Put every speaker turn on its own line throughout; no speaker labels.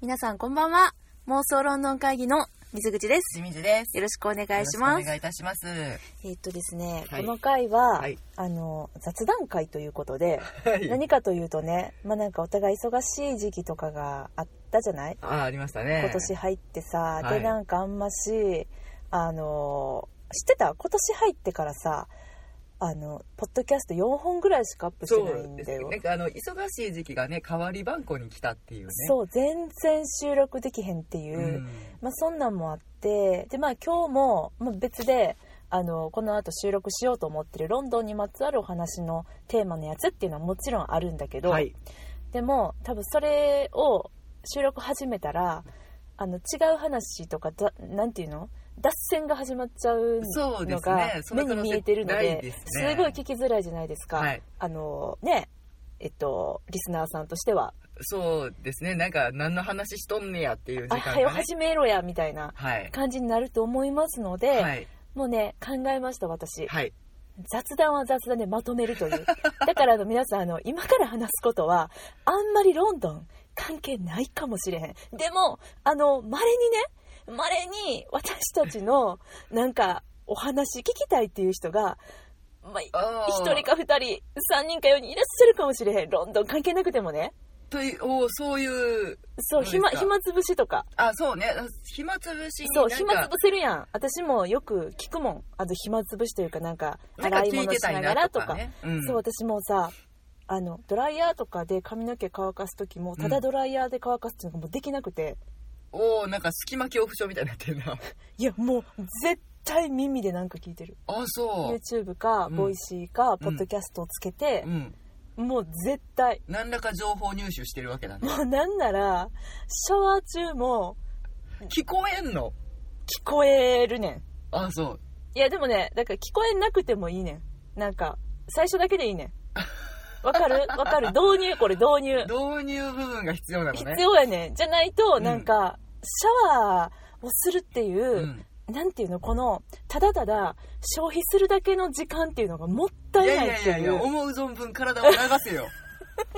皆さんこんばんは。妄想ロンドン会議の水口です。
清水です。
よろしくお願いし
よろ
ま
くお
す。
願いいたします。
えっとですね、
はい
この回は、
はい
あの、雑談会ということで、
はい。
何かというとね、まあなんかお互い忙しい時期とかがあったじゃない、
あ、ありましたね。
今年入ってさ、
は
で
い
なんかあんまし、あの、知ってた今年入ってからさ、あの、ポッドキャスト4本ぐらいしかアップしてないん
そうです
だ
ね。
よ。
なんかあの忙しい時期がね、代わり番号に来たっていうね。
そう全然収録できへんっていう、
うん。
まあ、そんなんもあってで、まあ、今日も、まあ、別であのこの後収録しようと思ってるロンドンにまつわるお話のテーマのやつっていうのはもちろんあるんだけど、
はい。
でも多分それを収録始めたらあの違う話とかだなんていうの脱線が始まっちゃう
そうで
の
す
が
ね。そ
目に
の可能性
見えてるの
な
で
いですね、
ごい聞きづらいじゃないですか、
はい。
あのねえっとリスナーさんとしては
そうですね。なんか何の話しとんねやっていう時
あ
間が、
は
ね。
よ始めろやみたいな
はい。
感じになると思いますので、
はい。
もうね考えました私、
はい。
雑談は雑談でまとめるという だからあの皆さんあの今から話すことはあんまりロンドン関係ないかもしれへんでもあのまれにねまれに私たちの なんかお話聞きたいっていう人が、まあ、
あー
1人か2人3人か4人いらっしゃるかもしれへんロンドン関係なくてもね
という、おーそういう、
そう
そうですか
暇暇つぶしとか
あ、そうね。暇つぶしにな
そ
ん
う
か
暇つぶせるやん私もよく聞くもんあの暇つぶしというかなんか
なんか
洗い
聞い
物
て
したないが
な
らと
とか
か、
ね。うん
そう私もうさあのドライヤーとかで髪の毛乾かす時もただドライヤーで乾かすっていうのがもうできなくて、
おーなんか隙間恐怖症みたいになってるな。
いやもう絶対耳でなんか聞いてる
あ、そ
YouTube か、
うん
ボイシーか、
ん
ポッドキャストをつけて
う。う、ん。
もう絶対
何らか情報入手してるわけだね。
もうなんならシャワー中も
聞こえんの
聞こえるねん
あ、そう。
いやでもねだから聞こえなくてもいいねんなんか最初だけでいいねんわかるわかる導入これ導入
導入部分が必要なのね。
必要やねんじゃないと
うん
なんか、シャワーをするっていう、
うん
なんていうのこのただただ消費するだけの時間っていうのがもった
い
い
やい
ない
や
っ
い
ていう
やいや、思う存分体を流 せよ。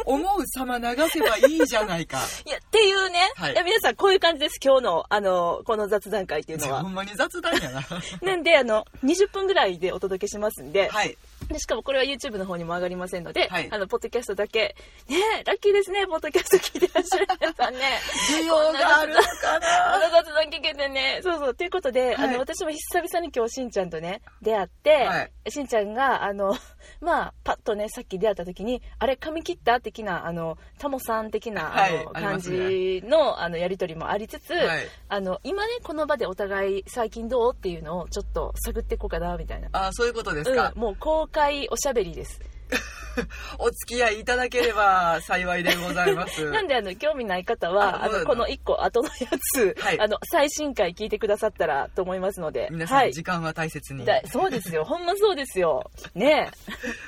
思う様流せばいいじゃないか。
いやっていうね、
はい
いや皆さんこういう感じです今日のあのこの雑談会っていう
じ
の
ゃあ
は
ほんまに雑談 やな。
なんであの20分ぐらいでお届けしますんで,、
はい。
でしかもこれは YouTube の方にも上がりませんので、
はい
あのポッドキャストだけねえラッキーですねポッドキャスト聞いてらっしゃる皆 さんね
需要があるのか
あ
な
の雑談聞けてねそうそうということで、
はい
あの私も久々に今日しんちゃんとね出会って、
はい
しんちゃんがあの まあパッとねさっき出会った時に「あれ髪切った?」的なあのタモさん的な、
はい
あの
ありま
感
す
じ
ね
の,、あのやり取りもありつつ、
はい。
あの今ねこの場でお互い最近どうっていうのをちょっと探っていこうかなみたいな。
あ、そういうことですか
うん、。もう公開おしゃべりです、
お付き合いいただければ幸いでございま す。
なんであの興味ない方は
あ
あ
そうな
の
んだ
この1個後のやつ、
はい
あの最新回聞いてくださったらと思いますので
皆さ
は
ん、
い
時間は大切に。
だそうですよほんまそうです よね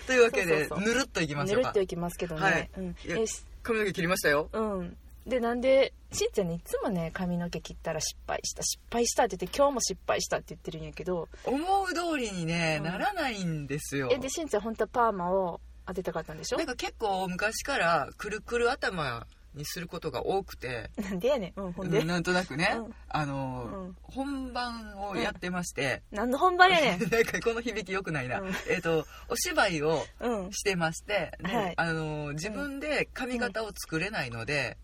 というわけ
そ
で
うそう、そ
ぬるっといき
え
ま
ぬ
しょう
る
か
っと。いきますけどね、
はい
うん
いや
えし
髪の毛切りましたよ。
うんでなんでしんちゃんにいつもね髪の毛切ったら失敗した失敗したって言って今日も失敗したって言ってるんやけど
思う通りにね、
うん
ならないんですよ。
えでしんちゃん本当はパーマを当てたかったんでしょ
なんか結構昔からくるくる頭にすることが多くて、
なんでやねん、うん、ほんで、
うんなんとなくね、
うん
あ
う
のー、
ん、
本番をやってまして、
何の本番やね
なんかこの響き良くないな、
うん
えっ、とお芝居を
んうん
してまして、で
はい
あのー自分で髪型を作れないので、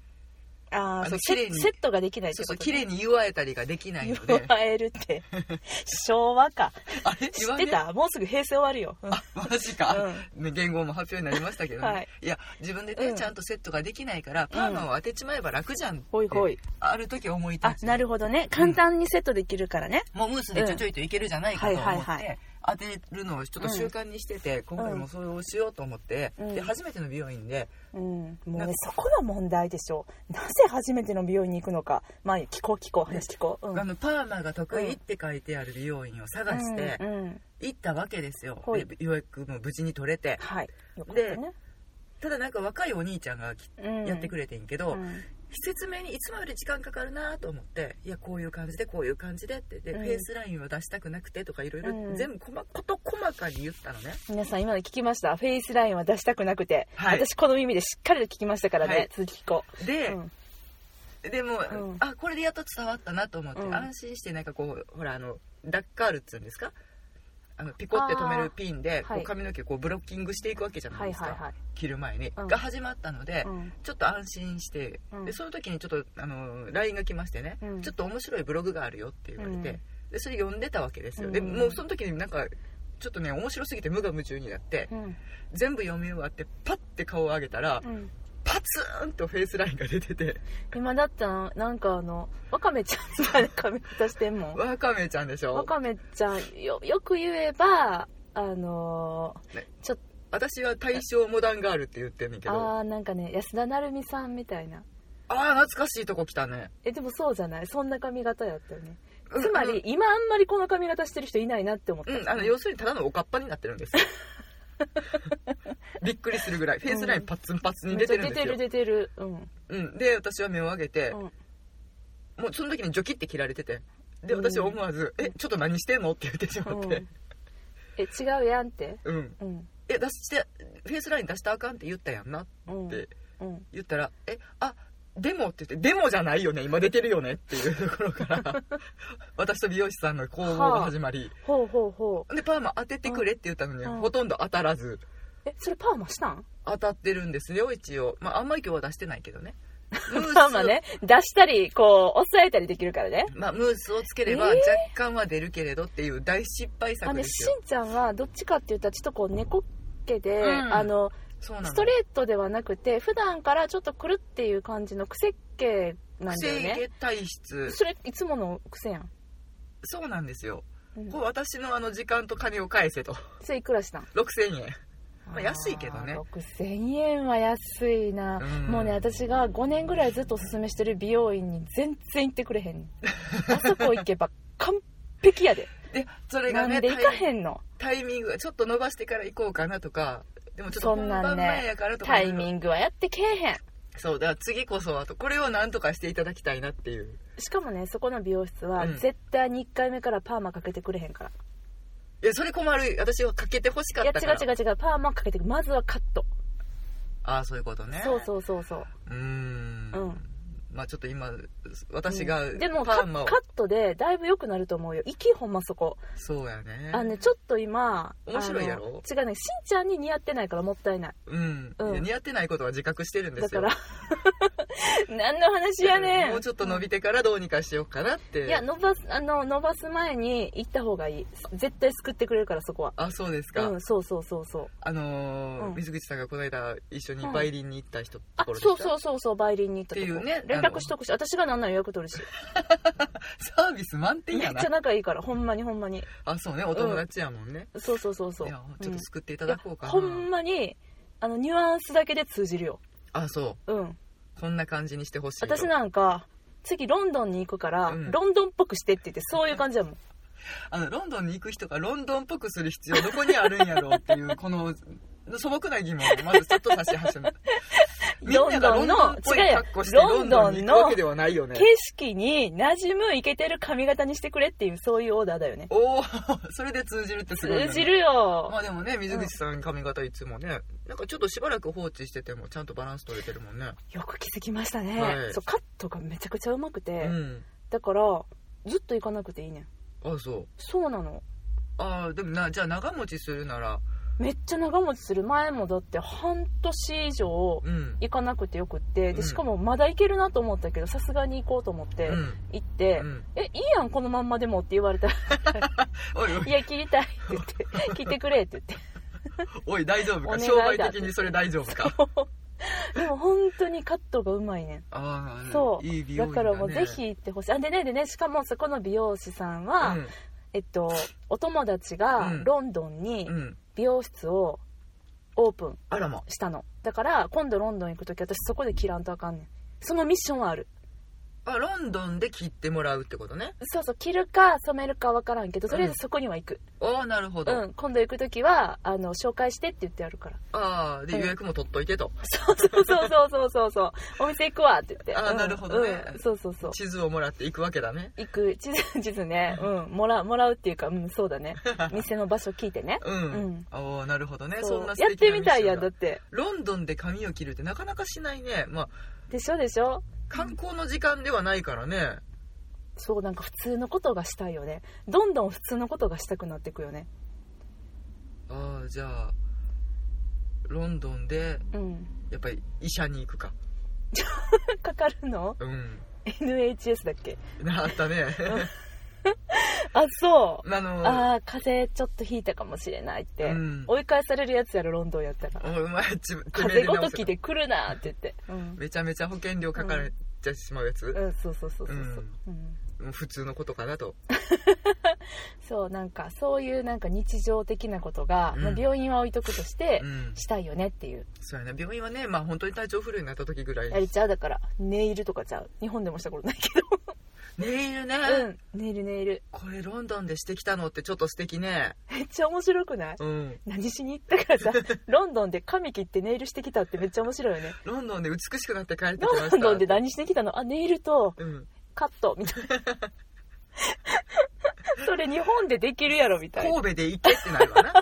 あ
あ
あ
の
そう
綺麗
セ
に
セットができないって
そう
こと
そう
ね
綺麗に祝えたりができないの
言
で
わえるって 昭和か
あれ
知ってたもうすぐ平成終わるよ、うん
あ マジか、ね言語も発表になりましたけど、ね
はい
い、や自分でね、
うん
ちゃんとセットができないからパーマを当てちまえば楽じゃんって、
ほいほい
ある時思い立
あ
ち
なるほどね簡単にセットできるからね、
もうムースでちょいちょいといけるじゃないかと思って、
うんはいはいは
当てるのをちょっと習慣にしてて、今回もそれをしようと思って、
うん
で初めての美容院で
うん、もう
なん
ね
か
そこが問題でしょなぜ初めての美容院に行くのかまあ聞こう聞こう話聞こう、うん
あのパーマが得意って書いてある美容院を探して
うんうん
行ったわけですよ、
ほい
で予約も無事に取れて
はいよかったね
ただなんか若いお兄ちゃんがき
うん
やってくれてんけ
う
ど、
ん
説明にいつもより時間かかるなと思っていやこういう感じでこういう感じでってで、
うん
フェイスラインは出したくなくてとかいろいろ
うん
全部細こと細かに言ったのね
皆さん今の聞きましたフェイスラインは出したくなくて、
はい
私この耳でしっかりと聞きましたからね、
はい
続き聞こ
で、
う、うん
でも、
うん
あこれでやっと伝わったなと思って、
うん
安心してなんかこうほらあのダッカールっつうんですかあのピコって止めるピンで
あー
こ
は
う
い
髪の毛をこうブロッキングしていくわけじゃない
はい
ですか、
はいはい
切る前に、
うん
が始まったので、
うん
ちょっと安心して、
うん
でその時にちょっとあの LINE が来ましてね、
うん
ちょっと面白いブログがあるよって言われて、
うん
でそれ読んでたわけですよ、
うん
でもうその時になんかちょっとね面白すぎて無我夢中になって、
うん
全部読み終わってパッて顔を上げたら、
うん
パツーンとフェイスラインが出てて
今だったらなんかあのワカメちゃんみたいな髪型してんもん
ワカメちゃんでし
ワ
ょ
カメちゃんよよく言えばあのー
ね
ちょっ
私は大正モダンガールって言ってんねんけ
と
どあ
ああなんかね安田成美さんみたいな
あー懐かしいとこ来たね
えでもそうじゃないそんな髪型やったよね
うん
つまり今あんまりこの髪型してる人いないなって思った、
うんあの要するにただのおかっぱになってるんです びっくりするぐらいフェイスラインパツンパツンに
めっ
出
ちゃ
て
出
るんです
て
よ
る、出てるうん
うん、で私は目を上げて、
うん
もうその時にジョキって切られててで
うん
私は思わず「えちょっと何してんの?」って言ってしまっ
う
て
んえ違うやんって
うん、
うん
え出してフェイスライン出したらあかんって言ったやんなっ
うん
て
うん
言ったら「えあでも」って言って「でもじゃないよね今出てるよね」っていうところから 私と美容師さんの攻防が始まり、
ほうほうほ
でパーマ当ててくれって言ったのに、
うん
ほとんど当たらず
うえそれパーマしたん
当たってるんですよ一応まああんまり今日は出してないけ どねムース
パーマね出したりこう抑えたりできるからね
まあ、ムースをつけれ
え
ば
ー
若干は出るけれどっていう大失敗
あ
作
の
で
し
すよ、
んちゃんはどっちかって言ったらちょっとこう猫っ毛で、
うん
あの
そうなの
ストレートではなくて普段からちょっとくるっていう感じの癖っ毛なんだよ
癖
ね
毛体質
それいつもの癖やん、
そうなんですよ、
うん
こう私のあの時間と金を返せと
それいくらしたん
6000円まあ安いけどね
あー6000円は安いな、
うん
もうね私が5年ぐらいずっとおすすめしてる美容院に全然行ってくれ へんあそこ行けば完璧やで
でそれ
な
が
ん
ね
で行か
タイ
へんの
タイミングちょっと伸ばしてから行こうかなとかでもちょっと
そ
本
んな
番
んね
前やからとか
タイミングはやってけえへん
そうだから次こそはとこれをなんとかしていただきたいなっていう
しかもねそこの美容室は
うん
絶対に1回目からパーマかけてくれへんから、
いやそれ困る私はかけてほしか
い
っ
や
た
違
から
う違う違うパーマかけてまずはカット
ああそういうことね
そうそうそうそう
うー
う
ん
ん
まあちょっと今私が
うんでも
パ
カ
ー
カ
マ
ッ
を
トでだいぶ良くなると思うよ息ほんまそこ
そうやね
あのねちょっと今
面白いやろ
あの違うねしんちゃんに似合ってないからもったいない
うん、
うん
いや似合ってないことは自覚してるんで
だ
す
か
よ
ら 何の話やねん
もうちょっと伸びてからどうにかしようかなって
いや伸ばすあの伸ばす前に行った方がいい絶対救ってくれるからそこは
あそうですか、
うんそうそうそうそう
あのー
うん
水口さんがこの間一緒に
うん
梅林に行った人、と
あ
ころで
そう
う
そうそうそう梅林に行ったとこ
っていうね
連
あの
絡しとくし私がなんなら予約取るし
サービス満
め
点
っち
やな
ゃ仲いいからほんまにほんまに
あそうねお友達やもんね、
そうそうそうそう
いやちょっ
うん
と救っていただこうかな、
いやほんまにあのニュアンスだけで通じるよ
あそ
うん
うこんな感じにしてほしいと
私なんか次ロンドンに行くから、
うん
ロンドンっぽくしてって言ってそういう感じ だもん
あのロンドンに行く人がロンドンっぽくする必要どこにあるんやろうっていうこの素朴な疑問をまずちょっと差し 始めみんながロンドンっぽい格好してロ
ロ
ン
ン
ド
ド
ン
ンの違う
に
よ
行くわけではないよね
景色に馴染むイケてる髪型にしてくれっていうそういうオーダーだよね
おおそれで通じるってすごいよね、
通じるよ
まあでもね水口さん髪型いつもねなんかちょっとしばらく放置しててもちゃんとバランス取れてるもんね
よく気づきましたね、
はい
そうカットがめちゃくちゃうまくて、
うん
だからずっと行かなくていいねん
あそう
そうなの
ああでもなじゃあ長持ちするなら
めっちゃ長持ちする前もだって半年以上
うん
行かなくてよくって
うん
でしかもまだ行けるなと思ったけどさすがに行こうと思って
うん
行って、
うん
えいいやんこのまんまでもって言われた ら
おいお
「い
い
や切りたい」って言って「切ってくれ」って言っ
おい大丈夫
お
か
願い
商売
だ
的にそれ大丈夫か
てでも本当にカットがうまいねん
ああ
そう
いい美容
だ
院
からもう
ね
ぜひ行ってほしいあでねでねしかもそこの美容師さん
う
は、
ん
えっとお友達が
うん
ロンドンに
うん
美容室をオープン
あらま
したのだから今度ロンドン行く時私そこで切らんとあかんねんそのミッションはある
あロンドンで切ってもらうってことね
そうそう切るか染めるかわからんけどとりあえずそこには行く
ああなるほ
う
ど、
ん、今度行く時はあの紹介してって言ってやるから
ああで
うん
予約も取っといてと
そうそうそうそうそうそうそうお店行くわって言って
あー
うん
なるほどね
うんそうそうそう
地図をもらって行くわけだね
行く地図地図ねうんもらもらうっていうかうんそうだ ね店の場所聞いてね
うん、
うん
ああなるほどねそ
そ
ん
う
な素
やっ
敵
て
なミッション
みたいやん
が
だって
ロンドンで髪を切るってなかなかしないねまあ
でしょでしょ
観光の時間ではないからね
そうなんか普通のことがしたいよねどんどん普通のことがしたくなってくよね
ああじゃあロンドンで
うん
やっぱり医者に行くか
かかるの
うん
NHS だっけ
あった ね
あそう
あの
ああ風邪ちょっとひいたかもしれないって、
うん
追い返されるやつやろロンドンやったら
お前ち
風邪ごとき
で
で来るなって言ってうん、
めちゃめちゃ保険料かかれちゃしまうやつ、
うん、そうそうそうそうそう、うん
もう普通のことかなと
そうなんかそういうなんか日常的なことが、
うん
まあ病院は置いとくとして、
うん
したいよねっていう
そうやな病院はねまあ本当に体調不良になった時ぐら
や
い
りちゃうだからネイルとかちゃう日本でもしたことないけ
ネイルね、
どうんネイルネイル
これロンドンでしてきたのってちょっと素敵ね
めっちゃ面白くない
うん
何しに行った からさロンドンで髪切ってネイルしてきたってめっちゃ面白い よね
ロンドンで美しくなって帰ってきました
ロンドンで何してきたのあネイルと
うん、
カットみたいなそれ日本でできるやろみたいな
神戸で行けってなる わな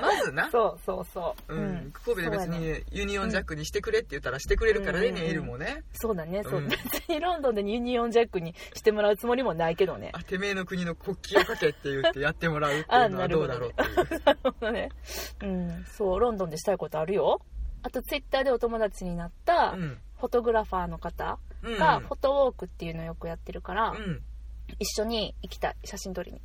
まずな
そうそうそう
う
うん、
ん、神戸で別
そうや
に、ユニオンジャックにしてくれって言ったらしてくれるからね、
うんうんうん
ネイルもね
そうだね、そう
うん
別にロンドンでユニオンジャックにしてもらうつもりもないけどね
あてめえの国の国旗をかけって言ってやってもらうっていうの
あな
は
る
ど
ほ
う
ど
だろ
ね
うってい う
ね、うん、そう、ロンドンでしたいことあるよ。あと、ツイッターでお友達になった、
うん
フォトグラファーの方
うん
が、フォトウォークっていうのをよくやってるから、
うん
一緒に行きたい、写真撮りに。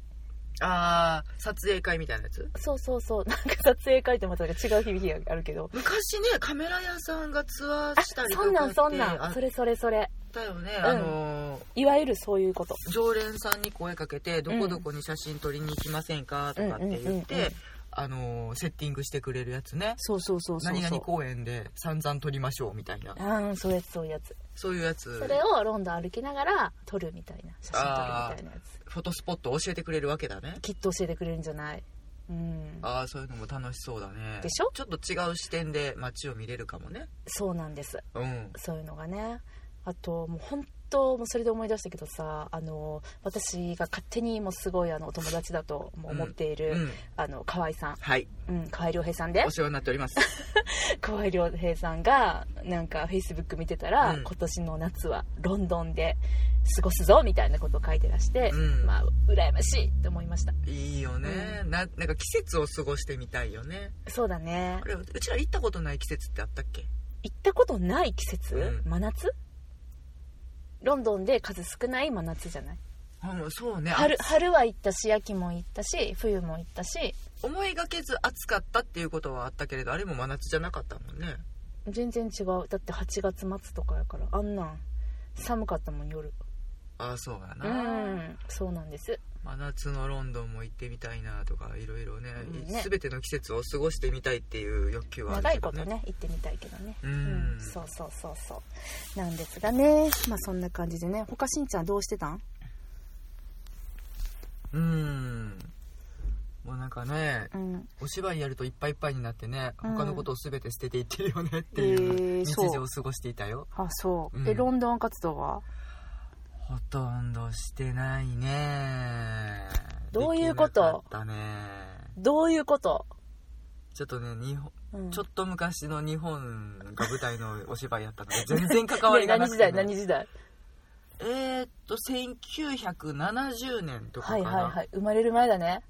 あー撮影会みたいなやつ
そうそうそう、なんか撮影会ってまたなんか違う日々があるけど。
昔ねカメラ屋さんがツア
あ
ーしたりとか
そんな
っ
ん
て
そんな
あ
ん
っ
それそれそれ
たよね、
ん
あのー
いわゆるそういうこと
常連さんに声かけて「どこどこに写真撮りに行きませんか?」とかって
うんうんうんう
言
ん
ってあのーセッティングしてくれるやつね
そうそうそうそう
何
そ
々
う
公園で散々撮りましょうみたいな
あーそういうやつそういうやつ
そういうやつ
それをロンドン歩きながら撮るみたいな写真撮るみたいなやつ
フォトスポットを教えてくれるわけだね
きっと教えてくれるんじゃないうん
ああそういうのも楽しそうだね
でしょ
ちょっと違う視点で街を見れるかもね
そうなんです
うん
そういうのがねあともう本当もうそれで思い出したけどさあの私が勝手にもうすごいあのお友達だともう思っている、
うん
あの河合さ
はい
ん、うん、河合良平さんで
お世話になっております
河合良平さんがなんかフェイスブック見てたら、
うん
今年の夏はロンドンで過ごすぞみたいなことを書いてらして、
うん
まあ羨ましいって思いました
いいよね、ななんか季節を過ごしてみたいよね
そうだね
あれうちら行ったことない季節ってあったっけ
行ったことない季節、
うん
真夏ロンドンで数少ない真夏じゃない
あもうそうね
春春は行ったし秋も行ったし冬も行ったし
思いがけず暑かったっていうことはあったけれどあれも真夏じゃなかったもんね
全然違うだって8月末とかやからあんなん寒かったもん夜
ああそうや
う
な、
んそうなんです
真夏のロンドンも行ってみたいなとかいろいろね
うんね
すべ、全ての季節を過ごしてみたいっていう欲求はある
長
け
い
ど
こ
ね
とね行ってみたいけどね
うん
そうそうそうそうなんですがねまあそんな感じでね他しんちゃんどうしてたん
うんもうなんかね
うん
お芝居やるといっぱいいっぱいになってね
うん
他のことを全て捨てていってるよねってい
え
う
ー
日
そう
常を過ごしていたよ、
あそう、
うん
えロンドン活動は
ほとんどしてないね
どういうこと
できなかったね
どういうこと、
ちょっとね日本
うん、
ちょっと昔の日本が舞台のお芝居やっ たので全然関わりがなく
ね
て、
何時代何時代
えーっと1970年とかか
はい
な、
はいはい生まれる前だね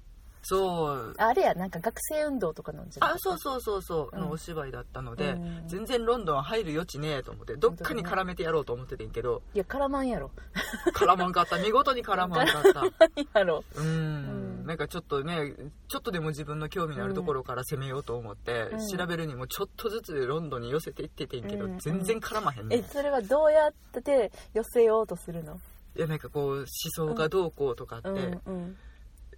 そう
あれやなんか学生運動とかのんじゃない
あそうそうそうそう、
うん
のお芝居だったので、
うん
全然ロンドン入る余地ねえと思ってどっかに絡めてやろうと思っててんけど
いや絡まんやろ
絡まんかった見事に絡まんかった
何やろ
うん、
うん
なんかちょっとねちょっとでも自分の興味のあるところから攻めようと思って、
うん
調べるにもちょっとずつロンドンに寄せていっててんけど、
うん
全然絡まへんねん
えそれはどうやって寄せようとするの
いやなんかこう思想がどうこうとかって、
うんうん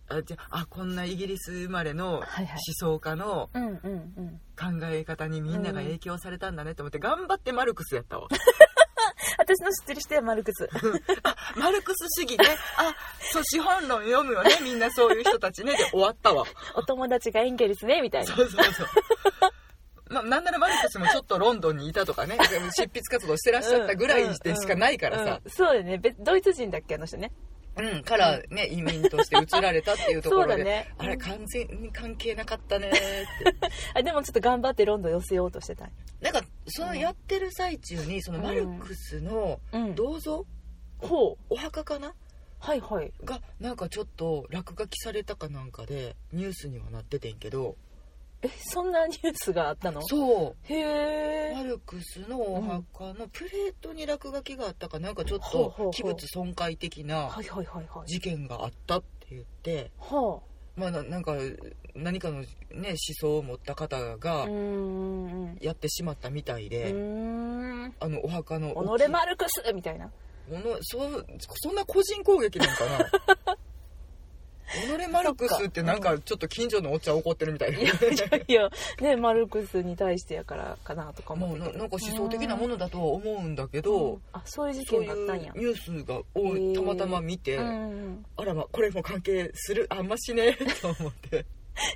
あじゃああこんなイギリス生まれの思
はいはい
想家の
うんうんうん
考え方にみんなが影響されたんだねと思って頑張ってマルクスやったわ
私の知ってる人はマルク ス
マルクス主義ねあそう資本論読むよねみんなそういう人たちねで終わったわ
お友達がエンゲルスねみたいな
そうそうそうまなんならマルクスもちょっとロンドンにいたとかねでも執筆活動してらっしゃったぐらいでしかないからさ
うんうんうんそうだよね別ドイツ人だっけあの人ね
うん、からね、移民として移られたっていうところ
そうだ
で、
ね
あれ完全に関係なかったねって。
あでもちょっと頑張ってロンドン寄せようとしてたんや
なんか、そのやってる最中に、そのマルクスの
うん
銅像、
ほう
お墓かな
はいはい
が、なんかちょっと落書きされたかなんかで、ニュースにはなっててんけど、
えそんなニュースがあったの
そう。
へえ
マルクスのお墓のプレートに落書きがあったかなんかちょっ
ほうほうほ
と
う
器物損壊的な
はいはいはいはい
事件があったって言って、
は
まあ、ななんか何かの、ね、思想を持った方
あ
が
うーんう
やってしまったみたいで、
ーん
あのお墓の大きい
己マルクスみたいな
おのそうそんな個人攻撃なんか な己マルクスってなんかちょっと近所のおっちゃん怒ってるみたい な
いやねマルクスに対してやからかなとか思
も
っ
う
て
ななんか思想的なものだとは思うんだけど、
あそういう事
そ
件
うい
があった
うん
や
ニュースが多
へ
い
ー
たまたま見て、
うん
あらまこれも関係するあんましねえと思って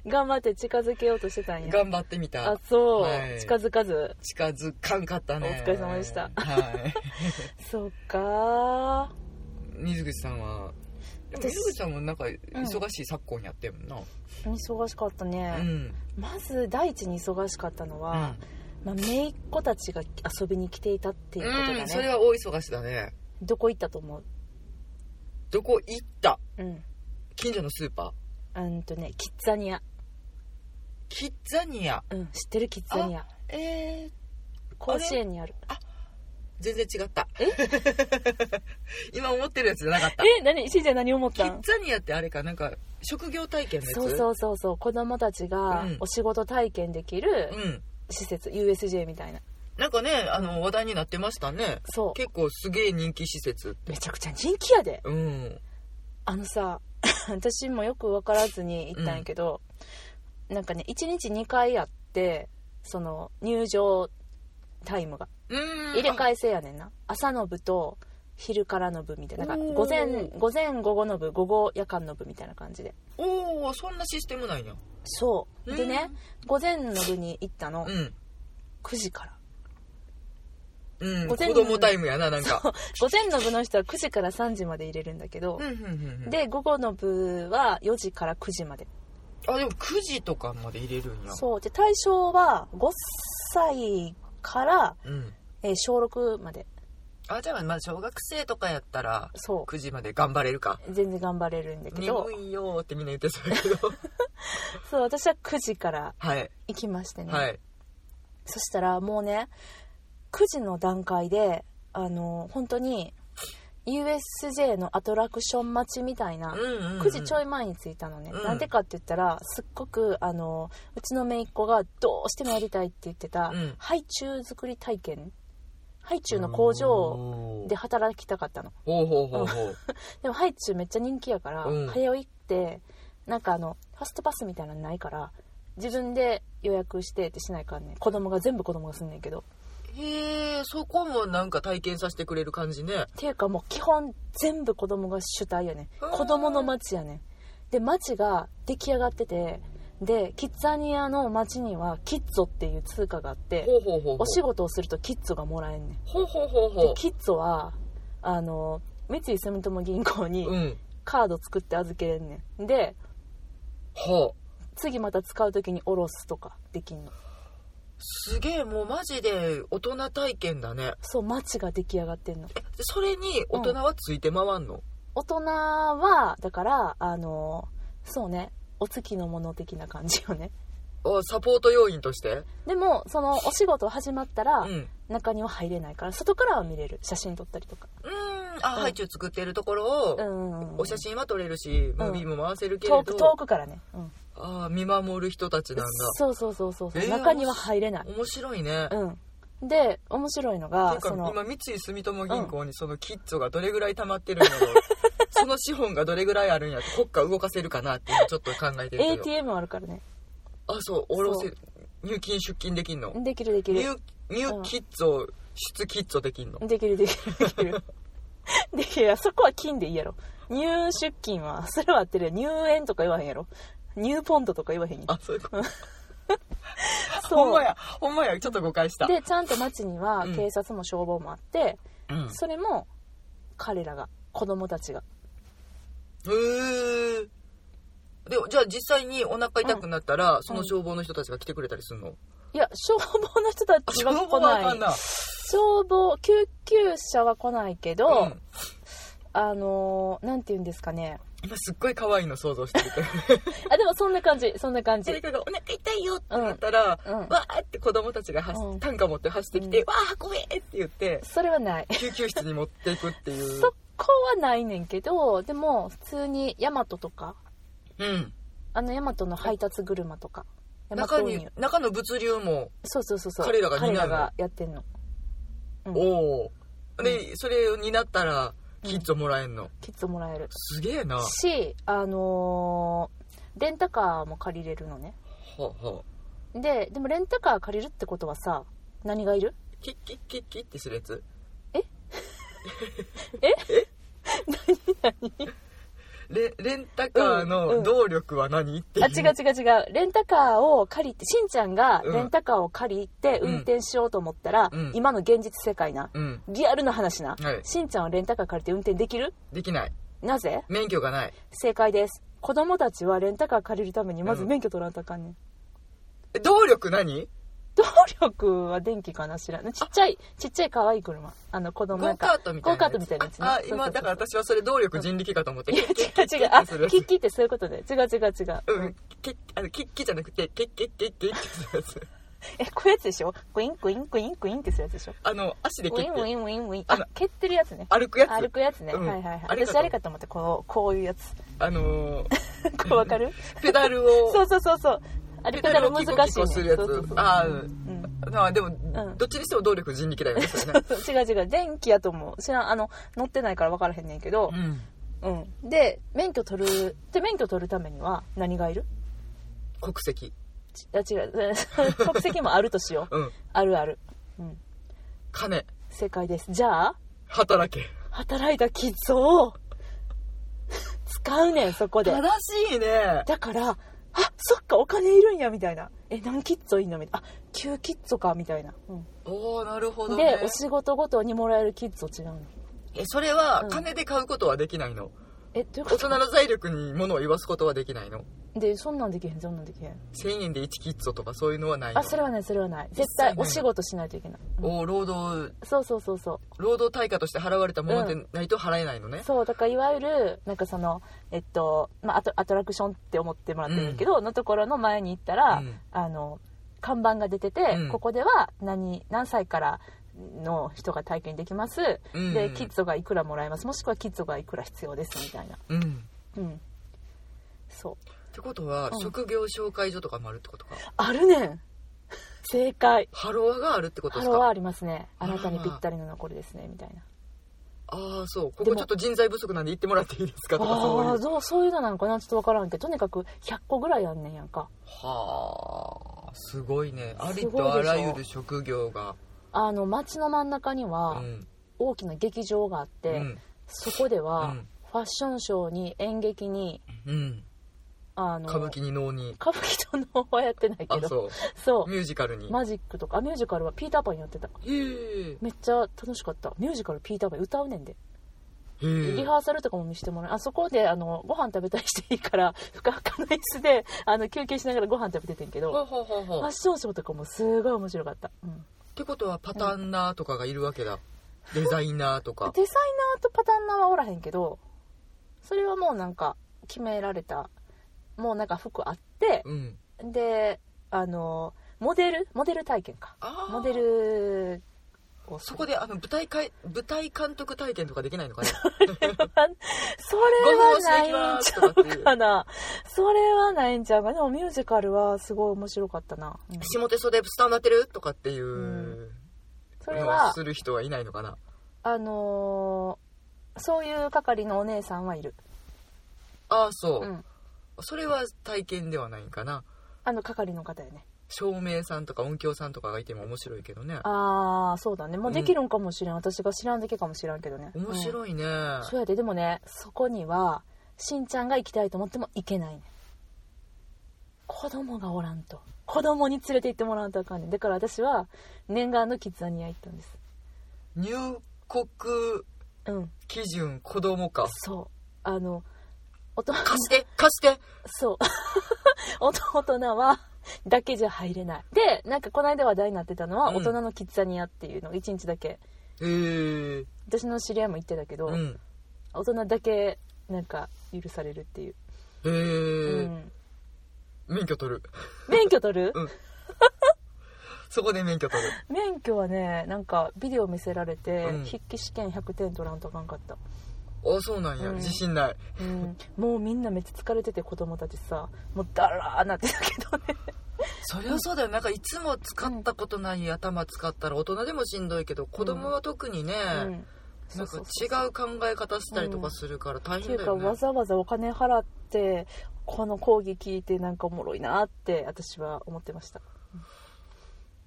頑張って近づけようとしてたんや
頑張ってみ
あ
た
そう、
はい
近づかず
近づかんかったね
お疲れ様でした
はい
そっか
水口さんはでも
私
水口さんもなんか忙しい昨今やってんもん
ー忙しかった
なう
ね、
ん
まず第一に忙しかったのは、まあ、姪っ子たちが遊びに来ていたっていうこと
う
だ
んそれ
ね、
は大忙しだね
どこ行ったと思う
どこ行った
うん
近所のスーパー
うんとねキッザニア、
キッザニア
うん、知ってるキッザニア
えー、
甲子園にある
全然違ったえ 今思ってるやつじゃなかった
え何しーちゃん何思っ
キ
た
ッ
ん
ザニアってあれかなんか職業体験のやつ
そうそうそうそう子供たちが
うん
お仕事体験できる
うん
施設、USJ みたいな
なんかねあの話題になってましたね
そ
結構すげえ人気施設って
うめちゃくちゃ人気やで
うん
あのさ 私もよく分からずに行ったんやけど、なんかね1日2回あってその入場タイムが
うん
入れ替え制やねんな朝の部と昼からの部みたいななんか午前
おー
午前午後の部午後夜間の部みたいな感じで
おおそんなシステムなんや
そうでね午前の部に行ったの
うん
9時から
うん、
午
子
前
供タイムやななんか
午前の部の人は9時から3時まで入れるんだけど
う、んうんうんうん
で午後の部は4時から9時まで
あでも9時とかまで入れるんや
そうで対象は5歳から、
う、ん、
えー小6まで
あじゃあまあ小学生とかやったら
そ
9時まで頑張れるか
う全然頑張れるんだけど
眠いよーってみんな言ってそうや けど
そう私は9時から
はい
行きましてね、
はい
そしたらもうね9時の段階であの本当に USJ のアトラクション待ちみたいな、
うんうん、うん、
9時ちょい前に着いたのね、
うん
なんでかって言ったらすっごくあのうちの姪っ子がどうしてもやりたいって言ってた、
うん
ハイチュウ作り体験ハイチュウの工場で働きたかったの
ほうほうほうほう
でもハイチュウめっちゃ人気やから、
うん
早行ってなんかあのファストパスみたいなのないから自分で予約してってしないからね子供が全部子供がすんねんけどっ
へえそこもなんか体験させてくれる感じね
ていうかもう基本全部子供が主体やね
うん
子供の街やねで街が出来上がっててでキッザニアの街にはキッゾっていう通貨があって
ほうほうほうほう
お仕事をするとキッゾがもらえんねん
ほうほうほう
で
ほ
キッゾはあの三井住友銀行に
ううん
カード作って預けれんねんで
はあ
次また使う時におろすとかできんの
すげえもうマジで大人体験だね
そう街が出来上がってんの
えそれに大人はついて回んの、
大人はだからあのそうねお月のもの的な感じよね
あサポート要員として
でもそのお仕事始まったら、
うんうん
中には入れないから外からは見れる写真撮ったりとか
あ、
うん
ハイチュウ作ってるところを、
うん
お写真は撮れるし、ムービーも回せるけれど、
遠く遠くからね、うん、
ああ見守る人たちなんだ
そうそうそうそう、
えー
中には入れない
面白いね、
うんで面白いの
て
が
いうか
その
今三井住友銀行にそのキッズがどれぐらい溜まってるんだろうその資本がどれぐらいあるんやって国家動かせるかなって今ちょっと考えてるけど
ATM あるからね
あそうおろせ入金出金できんの
できるでき
入
る
入キッズを出キッズできんの
できるできるでき るできるそこは金でいいやろ入出金はそれは合ってるやん入園とか言わへんやろ入ポンドとか言わへんやん
あそういうことほん
そ
ま
う
やほんまやちょっと誤解した
でちゃんと街には
うん
警察も消防もあって、
うん
それも彼らが子供たちが
へえでじゃあ実際にお腹痛くなったら、その消防の人たちが来てくれたりするの、
いや消防の人たちは来
はあ
な
か
い
んな
消防救急車は来ないけど、
うん
あのーなんて言うんですかね
今すっごい可愛いの想像してる けど
あでもそんな感じそんな感じ
それかがお腹痛いよってなったら、
うんうん
わーって子供たちが走
うん
担架持って走ってきて、
うん
わーごめんって言って
それはない
救急室に持っていくっていう
そこはないねんけどでも普通にヤマトとか
うん
あのヤマトの配達車とかヤマト
中
運
に
輸
中の物流も、
そうそうそうそう
彼らが担うの
彼がやってんのうん
おおで、それになったらキッズもらえんの、
キッズもらえる
すげえなは
しあのーレンタカーも借りれるのね
あは
ででもレンタカー借りるってことはさ何がいる
あキッキッキッキッってするやつ
え
え何何レレンタカー
うんう
の
ん
動力は何っていう
あ違う違う違うレンタカーを借りてしんちゃんがレンタカーを借りて
うん
運転しようと思ったら、
うん
今の現実世界な
うん
リアルな話な、
はい
しんちゃんはレンタカー借りて運転できる
できない
なぜ
免許がない
正解です子供たちはレンタカー借りるためにまず免許取らんとあかんねん、
え動力何
動力は電気かな知らんちっちゃいちっちゃい可愛い車あの子供な
ゴー
ん
カ
か
ートみたいなやつ
ゴーカートみたいなやつね
ああ
そうそうそ
今
う
だから私はそれ動力人力かと思って
いや違
キッキッ
う違うあ
するやつ
キッキーってそういうことで違う違う違う、
うんキッあのキッキじゃなくてキッキッキッキッってするやつ
えこういうやつでしょクインクインクインクインってするやつでしょ
あの足で
ウ
蹴っ
ィンウ
て
ィンウィンウィン
あの
あ蹴ってるやつね
歩くやつ
歩くやつね、
うん
はいはい
あ
はい
れかと
私あれかと思ってこうこういうやつ
あのー
こうわかる
ペダルを
そうそうそうそうあれペダル難しい、ね、
ペダルをキコキコするやつ
そうそうそう
あー
うん
まあでも、
ん
どっちにしても動力人力だよね それね
そう違う違う電気やと思う知らんあの乗ってないから分からへんねんけど
う、ん
うんで免許取るで免許取るためには何がいる
国籍
ちあ違う 国籍もあるとしよう
うん
あるある、うん、
金
正解ですじゃあ
働け
働いたキッズを使うねんそこで
正しいね
だからあそっかお金いるんやみたいなえ何キッズいいのみたいなあ9キッズかみたいな、うん
おおなるほどね
でお仕事ごとにもらえるキッズと違うの
えそれは
うん
金で買うことはできないの、
えどういう
大
こ
人の財力に物を言わすことはできないの
とでそんなんできへんそんなんできへん
1000円で1キッゾとかそういうのはないの
あそれはないそれはない絶
実際
対
ない
お仕事しないといけない、うん
おー労働
そうそうそうそう
労働対価として払われたものでないと払えないのね、
そうだからいわゆるなんかそのえっと、まあ、アトアトラクションって思ってもらってるけど、のところの前に行ったら、
うん
あの看板が出てて、
うん
ここでは何何歳からの人が体験できます、
うん
でキッズがいくらもらえますもしくはキッズがいくら必要ですみたいな
うんっ
うんそう
てことは、
うん
職業紹介所とかもあるってことか
あるねん正解
ハロワがあるってこと
ハ
です
ローは
か
ありますねあなたにぴったりの残りですねみたいな
ああそうこ
で
こ
も
ちょっと人材不足なんで行ってもらっていいですかとかそうい
ああ
う
ーどうそういうのなんかなちょっと分からんけどとにかく100個ぐらいあんねんやんか
はあすごいねあり
すごいでしょ
とあらゆる職業が
あの街の真ん中に
う
は
ん
大きな劇場があっ
う
て、
ん
そこで
う
は
ん
ファッションショーに演劇に
うん
あの
歌舞伎に能に
歌舞伎と能はやってないけ
あ
どそう
そうミュージカルに
マジックとかあミュージカルはピーターパンやってた
へえ
めっちゃ楽しかったミュージカルピーターパン歌うねんで、
へえ
リハーサルとかも見せてもらうあそこであのご飯食べたりしていいから ふかふかの椅子であの休憩しながらご飯食べててんけ
ほ
ど
うほうほうほ
フ
う
ァッ
っ
ションショーとかもすごい面白かった、うん
てことはパタンナーとかがいるわけだ、デザイナー とか
デザイナーとパタンナーはおらへんけどそれはもうなんか決められたもうなんか服あって
うん
であのモデルモデル体験か
あー
モデルをす
そ
る
こであの舞台かい舞台監督体験とかできないのかね
それはないんちゃ
ご
う
奉仕行きますとか
かなそれはないんちゃうかなでもミュージカルはすごい面白かったな、うん
下手袖スタンなってるとかっていうう
それ
の
は
をする人はいないのかな
あのーそういう係のお姉さんはいる、
ああそうう、
ん、
それは体験ではないんかな
あの係の方やね
照明さんとか音響さんとかがいても面白いけどね
ああそうだねもうできるんかもしれん、私が知らんだけかもしれんけどね
面
い、
白いね、
うんそうやででもねそこにはしんちゃんが行きたいと思っても行けないね子供がおらんと子供に連れて行ってもらわんとあかんねんだから私は念願のキッザニア行ったんです
入国
うん
基準子供か
そうあの大人
貸して貸して
そう 大人はだけじゃ入れないでなんかこの間話題になってたのは
うん
大人のキッザニアっていうの1日だけ
えー、
私の知り合いも行ってたけど、
うん
大人だけなんか許されるっていう、
え
う
ー
ん、
免許取る
免許取る、
うんそこで免許取る
免許はねなんかビデオ見せられて、
うん
筆記試験100点取らんとあかんかった、
あそうなんや、
うん
自信ない
うん、もうみんなめっちゃ疲れてて子供たちさもうダラーなってたけどね
そりゃそうだよなんかいつも使ったことない頭使ったら大人でもしんどいけど子供は特にね、
うんそ
な
うん
か
そう
違
そう
う考え方したりとかするから大
ってい
変
う
だ
か
よね、
わざわざお金払ってこの講義聞いてなんかおもろいなって私は思ってました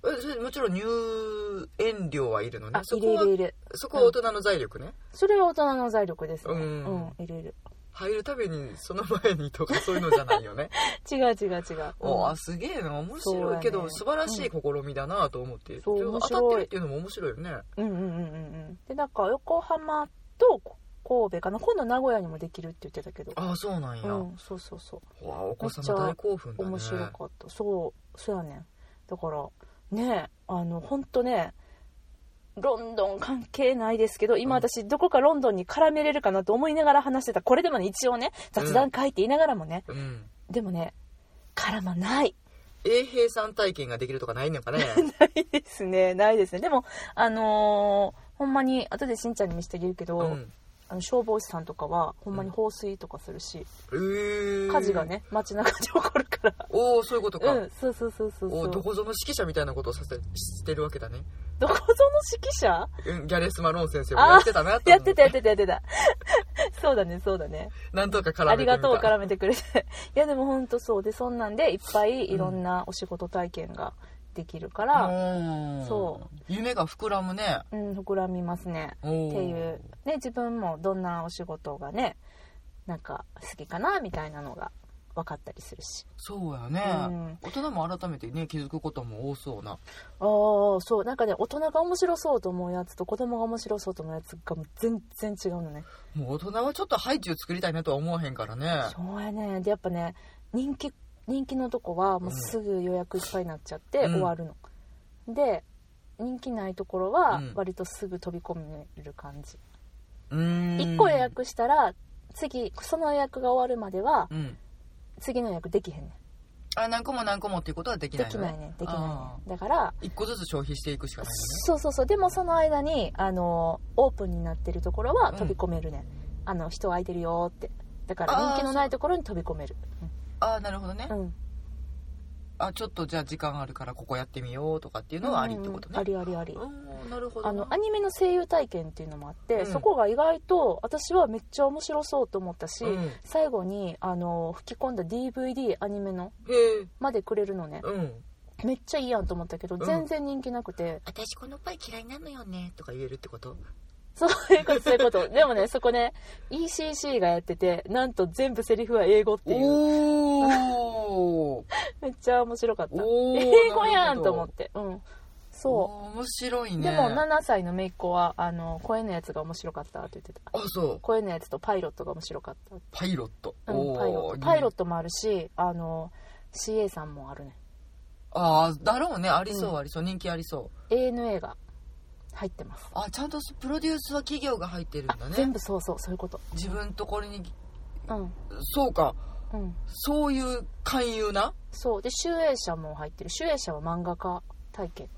えそれもちろん入園料はいるのね
あ
そ
いる
こ
い
は
るいる
そこは大人の財力ね、
それは大人の財力ですね
うん
いるいる
入るためにその前にとかそういうのじゃないよね
違う違う違う、
お
う
あ
ん
すげえな面
そう
白
だ
い
ね
けど、素晴らしい試みだなと思って、
そう
でも
面白い
当たってるっていうのも面白いよね
うんうんうんうんうんでなんか横浜と神戸かな今度名古屋にもできるって言ってたけど
ああそうなん
う
や、
んそうそうそう
わあお子様大興奮だね
面白かった、そうそうやねんだからねあの本当ねロンドン関係ないですけど今
うん
私どこかロンドンに絡めれるかなと思いながら話してたこれでもね一応ね雑談会って言いながらもね、
うん
でもね絡まない
永平さん体験ができるとかない のかね
ないですねないですねでもあのーほんまに後でしんちゃんに見せてあげるけど、
うん
あの消防士さんとかはほんまに放水とかするし、
えー、
火事がね街中で起こるから
おおそういうことか、
うんそうそうそうそう
お
そ
ー
う
どこぞの指揮者みたいなことをさせしてるわけだね、
どこぞの指揮者
うん、ギャレス・マローン先生もやってたなと思
やってたやってたやってた そうだねそうだね
なんとか絡
あ
めてみ
り
た
がとう絡めて くれていやでもほんとそうでそんなんでいっぱいいろんなお仕事体験ができるから
おー
そ
夢が膨らむね
うん、膨らみますね
ってい
っていうね自分もどんなお仕事がねなんか好きかなみたいなのが分かったりするし
そうやね、
うん
大人も改めてね気づくことも多そうな
ああそうなんかね大人が面白そうと思うやつと子供が面白そうと思うやつがもう全然違うのね
もう大人はちょっとハイチュウ作りたいなとは思わへんからね
そうやねでやっぱね人気人気のとこはもうすぐ予約いっぱいになっちゃって
うん
終わるの、で人気ないところは
うん
割とすぐ飛び込める感じ、
うーん
1個予約したら次その予約が終わるまでは
うん
次の予約できへんねん
あ何個も何個もっていうことはでき
で
ない
き
のね
ないねんできな
あ
いねんだから
ー一個ずつ消費していくしかない
そうそうそうでもその間にあのオープンになってるところは
うん
飛び込めるねん、あの人空いてるよーってだか
あー
ら人気のないところに飛び込める
のねああーなるほどね、
うんうん
あちょっとじゃあ時間あるからここやってみようとかっていうのはありってことね、
ありありあり
うんなるほど
あ
な
のアニメの声優体験っていうのもあって、
うん
そこが意外と私はめっちゃ面白そうと思ったし、
うん、へ
最後にあの吹き込んだ DVD アニメの
え
までくれるのね
うん
めっちゃいいやんと思ったけど
ん
全然人気なくて、
私このパイ嫌いなのよねとか言えるってこと
そういうことそういうことでもねそこね ECC がやっててなんと全部セリフは英語っていう
お お
めっちゃ面白かった
おー
英語や
なる
ん
ほど
と思ってうんそ、
面白いうね
でも7歳の姪っ子はあの声のやつが面白かったって言ってた
あそう
声のやつとパイロットが面白かった
パイロット、
うん、パイロットパイロットもあるしあの CA さんもあるね
トああだろうねありそう、
うん
ありそう人気ありそう
ANA が入ってます
あちゃんとプロデュースは企業が入ってるん
あ
だ
全
ね
部そうそうそういうこと
自分ところに
うん
そうか
うん
そういう勧誘な
そうで集英社も入ってる集英社は漫画家体験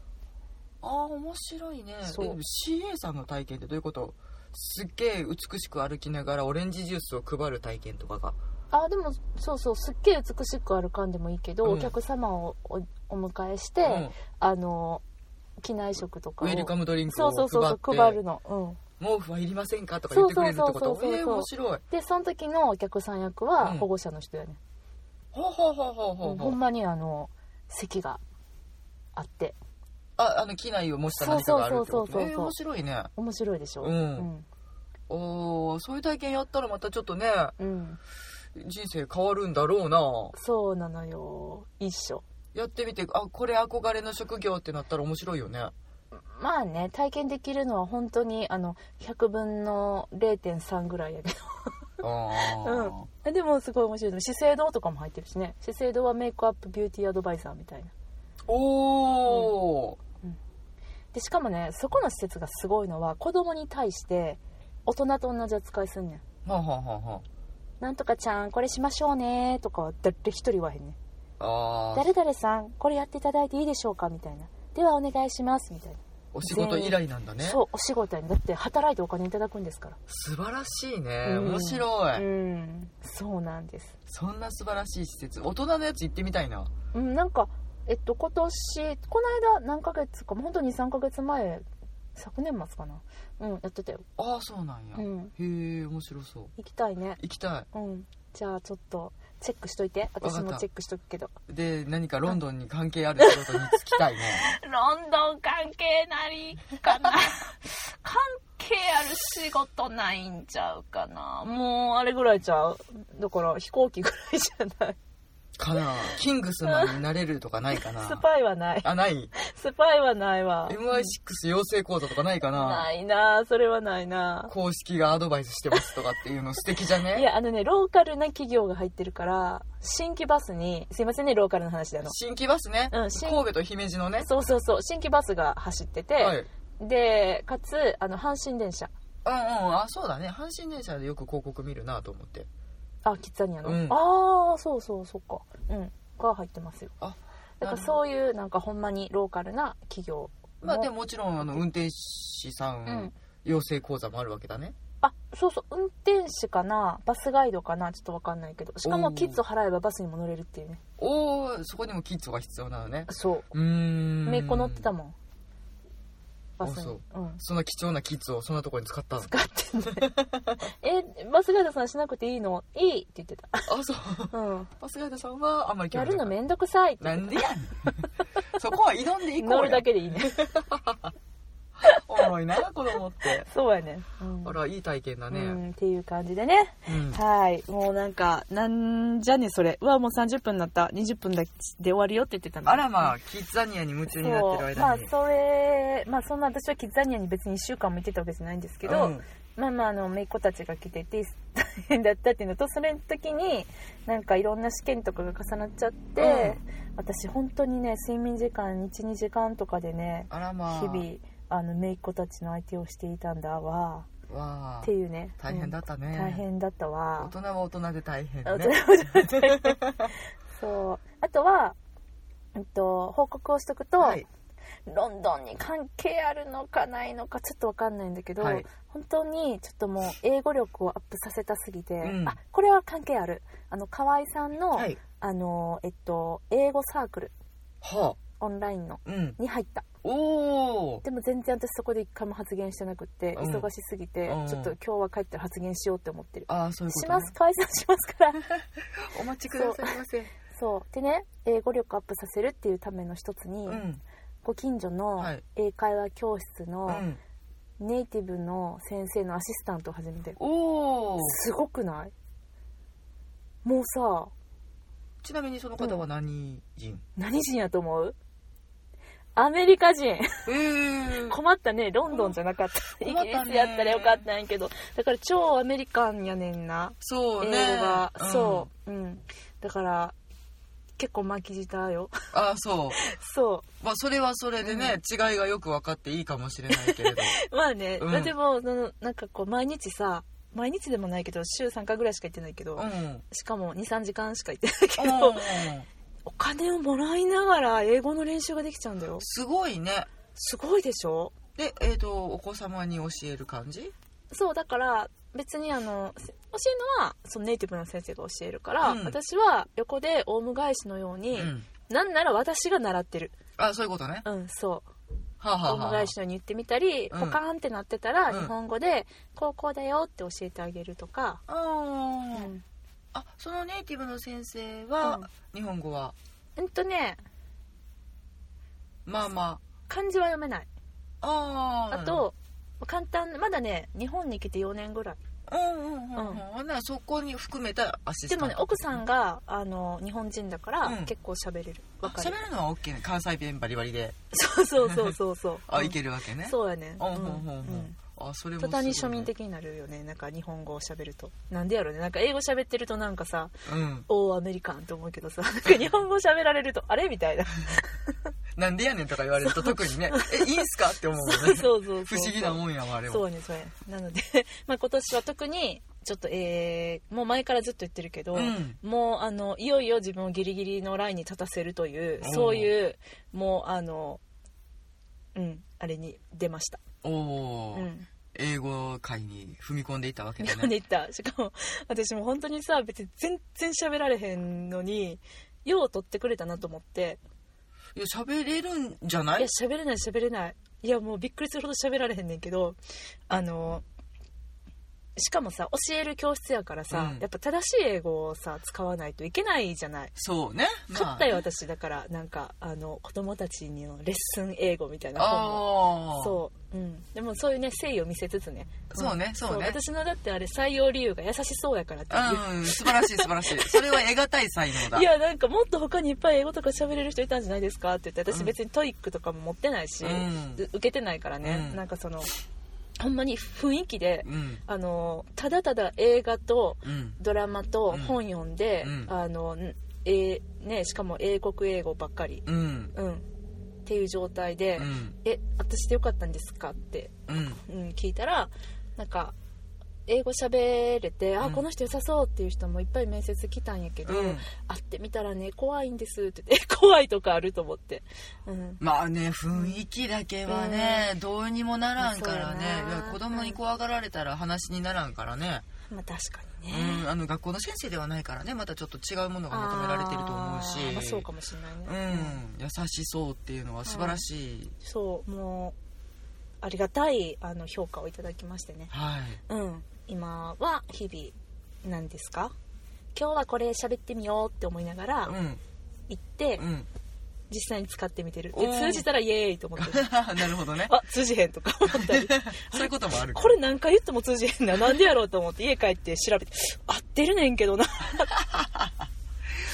ああ面白いね
そう
えでも CA さんの体験ってどういうことすっげえ美しく歩きながらオレンジジュースを配る体験とかが
あでもそうそうすっげえ美しく歩かんでもいいけど、
う
お
ん
客様をおお迎えして、
うん
あの機内食とか
ウ
を
ェルカムドリンク
そ
を
うそうそう
配
そ
っ
う
て
配るのうん
毛布はいりませんかとか言ってくれるってこ
そうそうそう
と
そうそう
ええ面白い
でその時のお客さん役は
うん
保護者の人やね、
ほうほうほうほうほ
う
うんほ
ほ
うん
まにあの席があって
ああの機内を模した何かがあるってこと
そうそうそうそうそう
ええ面白いね
面白いでしょ
うん
うん
おーそういう体験やったらまたちょっとね
うん、
人生変わるんだろうな
そうなのよ一緒
やってみてあこれ憧れの職業ってなったら面白いよね
まあね体験できるのは本当にあの100分の0.3ぐらいやけど
ああ
うん、でもすごい面白いでも資生堂とかも入ってるしね資生堂はメイクアップビューティーアドバイザーみたいな
おお、
でしかもねそこの施設がすごいのは子供に対して大人と同じ扱いすんねん
はあはあはあは
なんとかちゃんこれしましょうねとかは誰一人言わへんねん
ああー
誰々さんこれやっていただいていいでしょうかみたいなではお願いしますみたいな、
お仕事依頼なんだね
そうお仕事にだって働いてお金いただくんですから
素晴らしいね
うん
面白い、
うんそうなんです、
そんな素晴らしい施設大人のやつ行ってみたいな
うん、なんかえっと今年この間何ヶ月かもうほんと23ヶ月前昨年末かなうんやってたよ、
ああそうなんや、
う
へ
ん、
え面白そう
行きたいね
行きた
うんじゃあちょっとチェックしといて
かった
私もチェックしとくけど
いで何かロンドンに関係ある仕事に就きたいね
ロンドン関係ないかな 関係ある仕事ないんちゃうかなもうあれぐらいちゃうだから飛行機ぐらいじゃない
かなキングスマンになれるとかないかな
スパイはない
あない
スパイはないわ
MI6 養成講座とかないかな
ないなあそれはないな
公式がアドバイスしてますとかっていうの素敵じゃ
あ
ね
いやあのねローカルな企業が入ってるから新規バスにすいませんねローカルの話であの
新規バスね、
うん新
神戸と姫路のね
そうそうそう新規バスが走ってて、
はいうんうん
でかつあの阪神電車
あそうだね阪神電車でよく広告見るなと思って
あキッザニアの、
うん
ああそうそうそっかうんが入ってますよ
あ
だから
なるほど
そういうなんかほんまにローカルな企業も
まあでももちろんあの運転士さ
うんん
養成講座もあるわけだね
あそうそう運転手かなバスガイドかなちょっとわかんないけどしか
お
も
ー
キッズを払えばバスにも乗れるっていうね
おおそこにもキッズが必要なのね
そう
ーん
姪っ子乗ってたもんバス
あそ
に
う
うん
そんな貴重なキッズをそんなとこに使ったの
使ってない えバスガイドさんしなくていいのいいって言ってた
あそう
うん
バスガイドさんはあんまり興
や
味
る
なか
の
った
めんどくさいって
なんでやねんそこは挑んでいこ
乗
う
る
や
だけでいいね
おもろいな子供って
そうやねうん
あらいい体験だ
う
ね
んっていう感じでね
うん
はい。もうなんか、なんじゃねそれ。うわ、もう30分になった。20分だけで終わるよって言ってたの。
あらまあキッザニアに夢
そ
中
う
になってる
ま
間
あ
に、
それ、まあそんな私はキッザニアに別に1週間も行ってたわけじゃないんですけど、
うん
まあまああの、姪っ子たちが来てて、大変だったっていうのと、それの時に、なんかいろんな試験とかが重なっちゃって、私本当にね、睡眠時間1、2時間とかでね、
あらまあ
日々、あの、姪っ子たちの相手をしていたんだわ、
わあ
っていうね。
大変だったね、
うん大変だったわ
大。人は大人で大変
あ
ね
それもじゃない そうあとは、えっと、報告をしとくと、
はい
ロンドンに関係あるのかないのかちょっとわかんないんだけど、
はい
本当にちょっともう英語力をアップさせたすぎて、
うん
あこれは関係あるあの河合さんの,、
はい
あのえっと、英語サークル
は
オンラインの
あうん
に入った
おお
でも全然私そこで一回も発言してなくって、
うん
忙しすぎて、
うん
ちょっと今日は帰ったら発言しようって思ってる、
ああそういうこと、
し
ね、
ます河合さんしますから
お待ちくださいませ
そうでね英語力アップさせるっていうための一つに、
うん
ご近所の
はい
英会話教室
う
の
ん
ネイティブの先生のアシスタントを始めて
おお
すごくないもうさ
ちなみにその方は何人、
何人やと思うアメリカ人
ええ
困ったねロンドンじゃなかった
うん
イ
困っ
ギ
たね
リスやったらよかったんやけどだから超アメリカンやねんな
そう
英語
ね
が、
ん
そううんだから結構巻き舌よ
ああそう
そう
まあそれはそれでね、違いがよく分かっていいかもしれないけれど
まあね、
うん
まあでもそのなんかこう毎日さ毎日でもないけど週3回ぐらいしか行ってないけど、
うん
しかも23時間しか行ってないけど、
うん
お金をもらいながら英語の練習ができちゃうんだよ
すごいね
すごいでしょ
でえっ、とお子様に教える感じ
そうだから別にあのせ教えるのはそのネイティブの先生が教えるから、
うん
私は横でオウム返しのよう
う
に、なんなら私が習ってる
あそういうことね
うんそう
はあ、
オ
はあ
ウ
は
ム
あ、
返しのように言ってみたり、
うん
ポカーンってなってたら、
うん
日本語で「高校だよ」って教えてあげるとか、
あー
うん
あそのネイティブの先生は、
うん
日本語は
うんとね
まあま
漢字は読めない
あああ
あと、簡単なまだね日本に来て4年ぐらい
うんうんうん、うん
うん
ほんならそこに含めたアシスタ
で
ント
もね奥さんがあの日本人だから、
うん
結構喋れる
あ
わかる
喋るのは OK ね関西弁バリバリで
そうそうそうそうそう
あ、
うん
いけるわけね
そうやね
うんうんうんうん
うん
ああそれもす
途
ごい
端に庶民的になるよねなんか日本語を喋るとなんでやろうねなんか英語喋ってるとなんかさ
うん
おおアメリカンと思うけどさなんか日本語喋られるとあれみた いな
なんでやねんとか言われると特にね えいいんすかって思うもんね
そうそうそう
不思議なもんやわあれは
そうねそうねなので まあ今年は特にちょっとえーもう前からずっと言ってるけど、
うん
もうあのいよいよ自分をギリギリのラインに立たせるという
おー
そういうもうあのうんあれに出ました、
おお
う
ー、
ん、
英語界に踏み込んでいったわけだ
読んで
ね
いったしかも 私も本当にさ別に全然喋られへんのによう取ってくれたなと思って
いや喋れるんじゃない
や
い
喋れない喋れないいやもうびっくりするほど喋られへんねんけどあのしかもさ教える教室やからさ、
うん
やっぱ正しい英語をさ使わないといけないじゃない
そうね
買ったよ
ま
私だからなんかあの子供たちにのレッスン英語みたいな本を
ああー
そう、うん、でもそういうね誠意を見せつつね
そうね
ん
そうね
私のだってあれ採用理由が優しそうやからっていう
うん素晴らしい素晴らしいそれは得難い才能だ
いやなんかもっと他にいっぱい英語とか喋れる人いたんじゃないですかって言って私別にトイックとかも持ってないし、
うん
受けてないからね、
うん
なんかそのほんまに雰囲気で、
うん
あのただただ映画と
うん
ドラマと
うん
本読んで、
うん
あのんえーね、しかも英国英語ばっかり、
うん
うん、っていう状態で「
うん
え私でよかったんですか?」って、
うん
うん、聞いたらなんか英語喋れて「あ
うん
この人良さそう」っていう人もいっぱい面接来たんやけど、
うん
会ってみたらね怖いんですって言って え怖いとかあると思って、うん、
まあね雰囲気だけはね、どうにもならんからね
そうやない
や子供に怖がられたら話にならんからね、
まあ確か
う
にね、
ん、あの学校の先生ではないからねまたちょっと違うものが求められてると思うし
あーまあ、そうかもしれな
う
いね、
ん、優しそうっていうのは素晴らしい、
そうもうありがたいあの評価をいただきましてね
はい
うん今は日々なんですか今日はこれ喋ってみようって思いながら
うん
行って、
うん
実際に使ってみてる
お
で
ー
通じたらイエーイと思 ってる
なるほどね
あ通じへんとか思ったり
そういうこともある
これ何回言っても通じへんななんでやろうと思って家帰って調べて合ってるねんけどな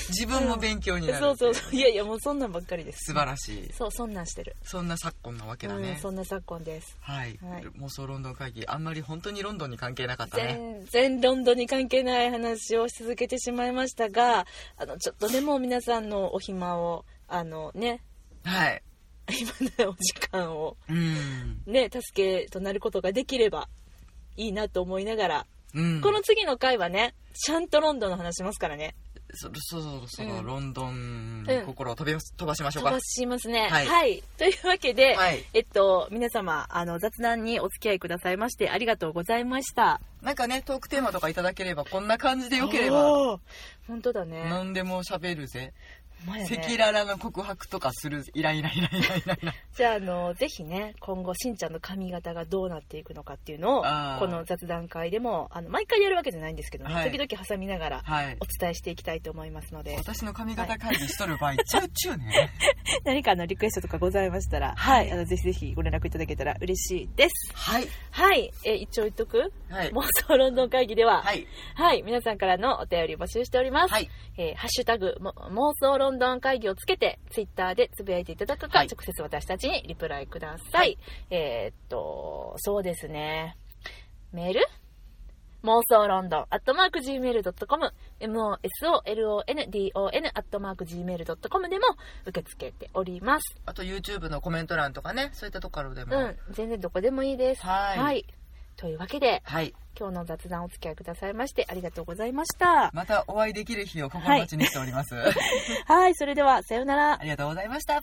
自分も勉強になる、
そうそうそういやいやもうそんなんばっかりです
素晴らしい
そうそんなんしてる、
そんな昨今なわけだ
うん
ね、
そんな昨今です
はい、
はい
妄想ロンドン会議あんまり本当にロンドンに関係なかったね
全然ロンドンに関係ない話をし続けてしまいましたがあのちょっとでも皆さんのお暇をあのね
はい
今のお時間を
うん、
ね助けとなることができればいいなと思いながら、
うん、
この次の回はねちゃんとロンドンの話しますからね
そそろそろ
うん
ロンドン
うん
に心を飛びます飛ばしましょう
飛
か、
ばしますねは、
はいい
というわけで、
はい
えっと皆様あの雑談にお付き合いくださいましてありがとうございました
なんかねトークテーマとかいただければこんな感じでよければ
ば本当だね
何でも喋るぜ
ほんまや
赤
ね
裸々の告白とかするぜイライライライライライ ラ
じゃああのぜひね今後しんちゃんの髪型がどうなっていくのかっていうのを
あー
この雑談会でもあの毎回やるわけじゃないんですけど、ね
はい
時々挟みながら
はい
お伝えしていきたいと思いますので
私の髪型会議しとる場合ちゃうっちゅうね
何かあのリクエストとかございましたら、はいあのぜひぜひご連絡いただけたら嬉しいです
はい
はいえ一応言っとく、
はい
妄想ロンドン会議では、
はい
はい、皆さんからのお便り募集しております。
はい
えーハッシュタグ、も妄想ロンドン会議をつけて、ツイッターでつぶやいていただくか、
はい
直接私たちにリプライください。えーっと、そうですね。メール妄想ロンドン、アットマーク Gmail.com、MOSOLONDON、アットマーク Gmail.com でも受け付けております。
あと YouTube のコメント欄とかねそういったところでも、
うん、全然どこでもいいです。
はい
というわけで、
はい
今日の雑談お付き合いくださいまして、ありがとうございました。
またお会いできる日を心待ちにしております、
はい、それでは、さようなら
あ。りがとうございました